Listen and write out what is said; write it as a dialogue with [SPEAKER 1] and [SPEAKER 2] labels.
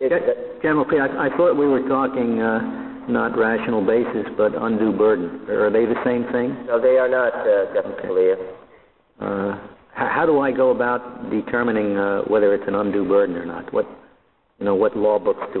[SPEAKER 1] It-
[SPEAKER 2] General Pete, I I thought we were talking uh, not rational basis, but undue burden. Are they the same thing?
[SPEAKER 1] No, they are not, uh, Justice Scalia.
[SPEAKER 2] Uh, h- How do I go about determining uh, whether it's an undue burden or not? What, you know, what law books do I